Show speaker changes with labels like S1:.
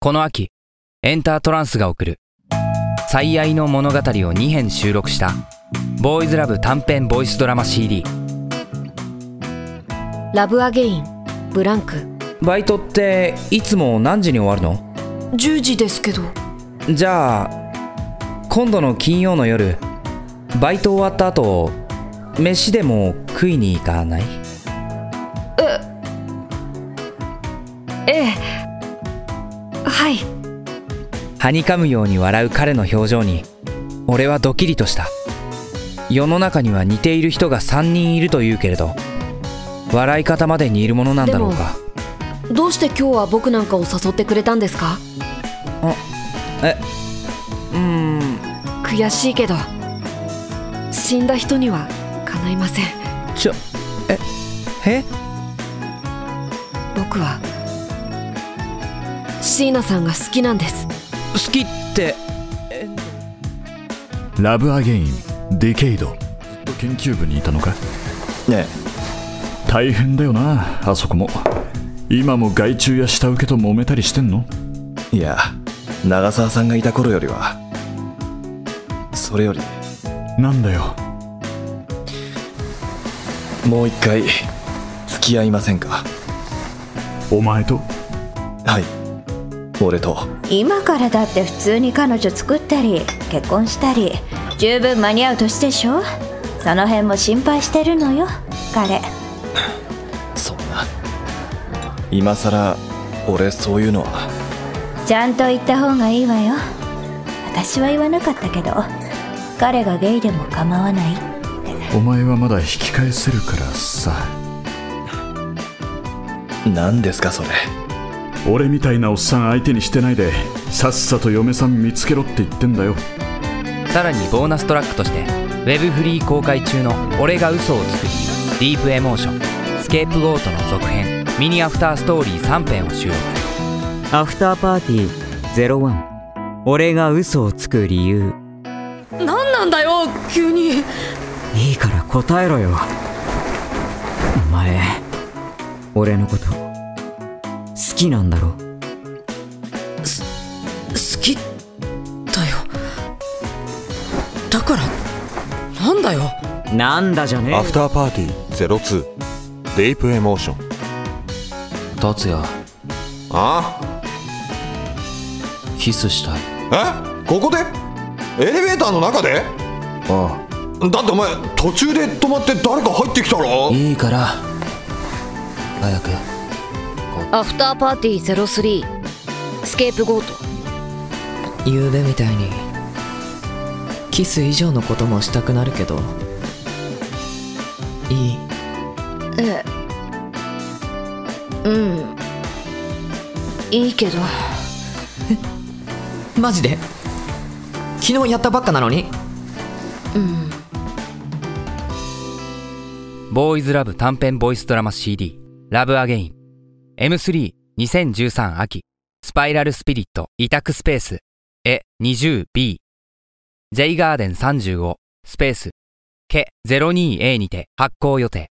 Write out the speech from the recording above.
S1: この秋エンタートランスが送る最愛の物語を2編収録したボーイズラブ短編ボイスドラマ CD
S2: ラブアゲインブランク
S1: バイトっていつも何時に終わるの
S2: 10時ですけど
S1: じゃあ今度の金曜の夜バイト終わった後飯でも食いに行かない
S2: ええはい
S1: はにかむように笑う彼の表情に俺はドキリとした世の中には似ている人が3人いるというけれど笑い方まで似るものなんだろうか
S2: どうして今日は僕なんかを誘ってくれたんですか
S1: うーん
S2: 悔しいけど死んだ人には叶いません
S1: ちょええ
S2: 僕は椎名さんが好きなんです
S1: 好きって
S3: ラブアゲインディケイドずっと研究部にいたのか
S4: ね
S3: 大変だよなあそこも今も害虫や下請けと揉めたりしてんの
S4: えいや長澤さんがいた頃よりはそれより
S3: なんだよ
S4: もう一回付き合いませんか
S3: お前と
S4: はい俺と
S5: 今からだって普通に彼女作ったり結婚したり十分間に合う年でしょその辺も心配してるのよ彼
S4: そんな今さら俺そういうのは
S5: ちゃんと言った方がいいわよ私は言わなかったけど彼がゲイでも構わない
S3: お前はまだ引き返せるからさ
S4: 何ですかそれ
S3: 俺みたいなおっさん相手にしてないでさっさと嫁さん見つけろって言ってんだよ
S1: さらにボーナストラックとして Web フリー公開中の「俺が嘘を作り」「ディープエモーション」「スケープゴート」の続編ミニアフターストーリー3編を収録
S6: アフターパーティー01俺が嘘をつく理由
S2: 何なんだよ急に
S6: いいから答えろよお前俺のこと好きなんだろ
S2: 好きだよだからなんだよ
S6: なんだじゃねえ
S7: アフターパーティー02デイプエモーション
S8: 達也
S7: あ
S8: キスしたい
S7: えここでエレベーターの中で
S8: あ
S7: だってお前途中で止まって誰か入ってきたろ
S8: いいから早く
S2: アフターパーティー03スケープゴート
S9: 昨べみたいにキス以上のこともしたくなるけどいい
S2: ええうんいいけど
S9: マジで昨日やったばっかなのに
S1: ボーイズラブ短編ボイスドラマ CD「ラブアゲイン M32013 秋スパイラルスピリット委託スペースえ 20B J ガーデン35スペースけ 02A にて発行予定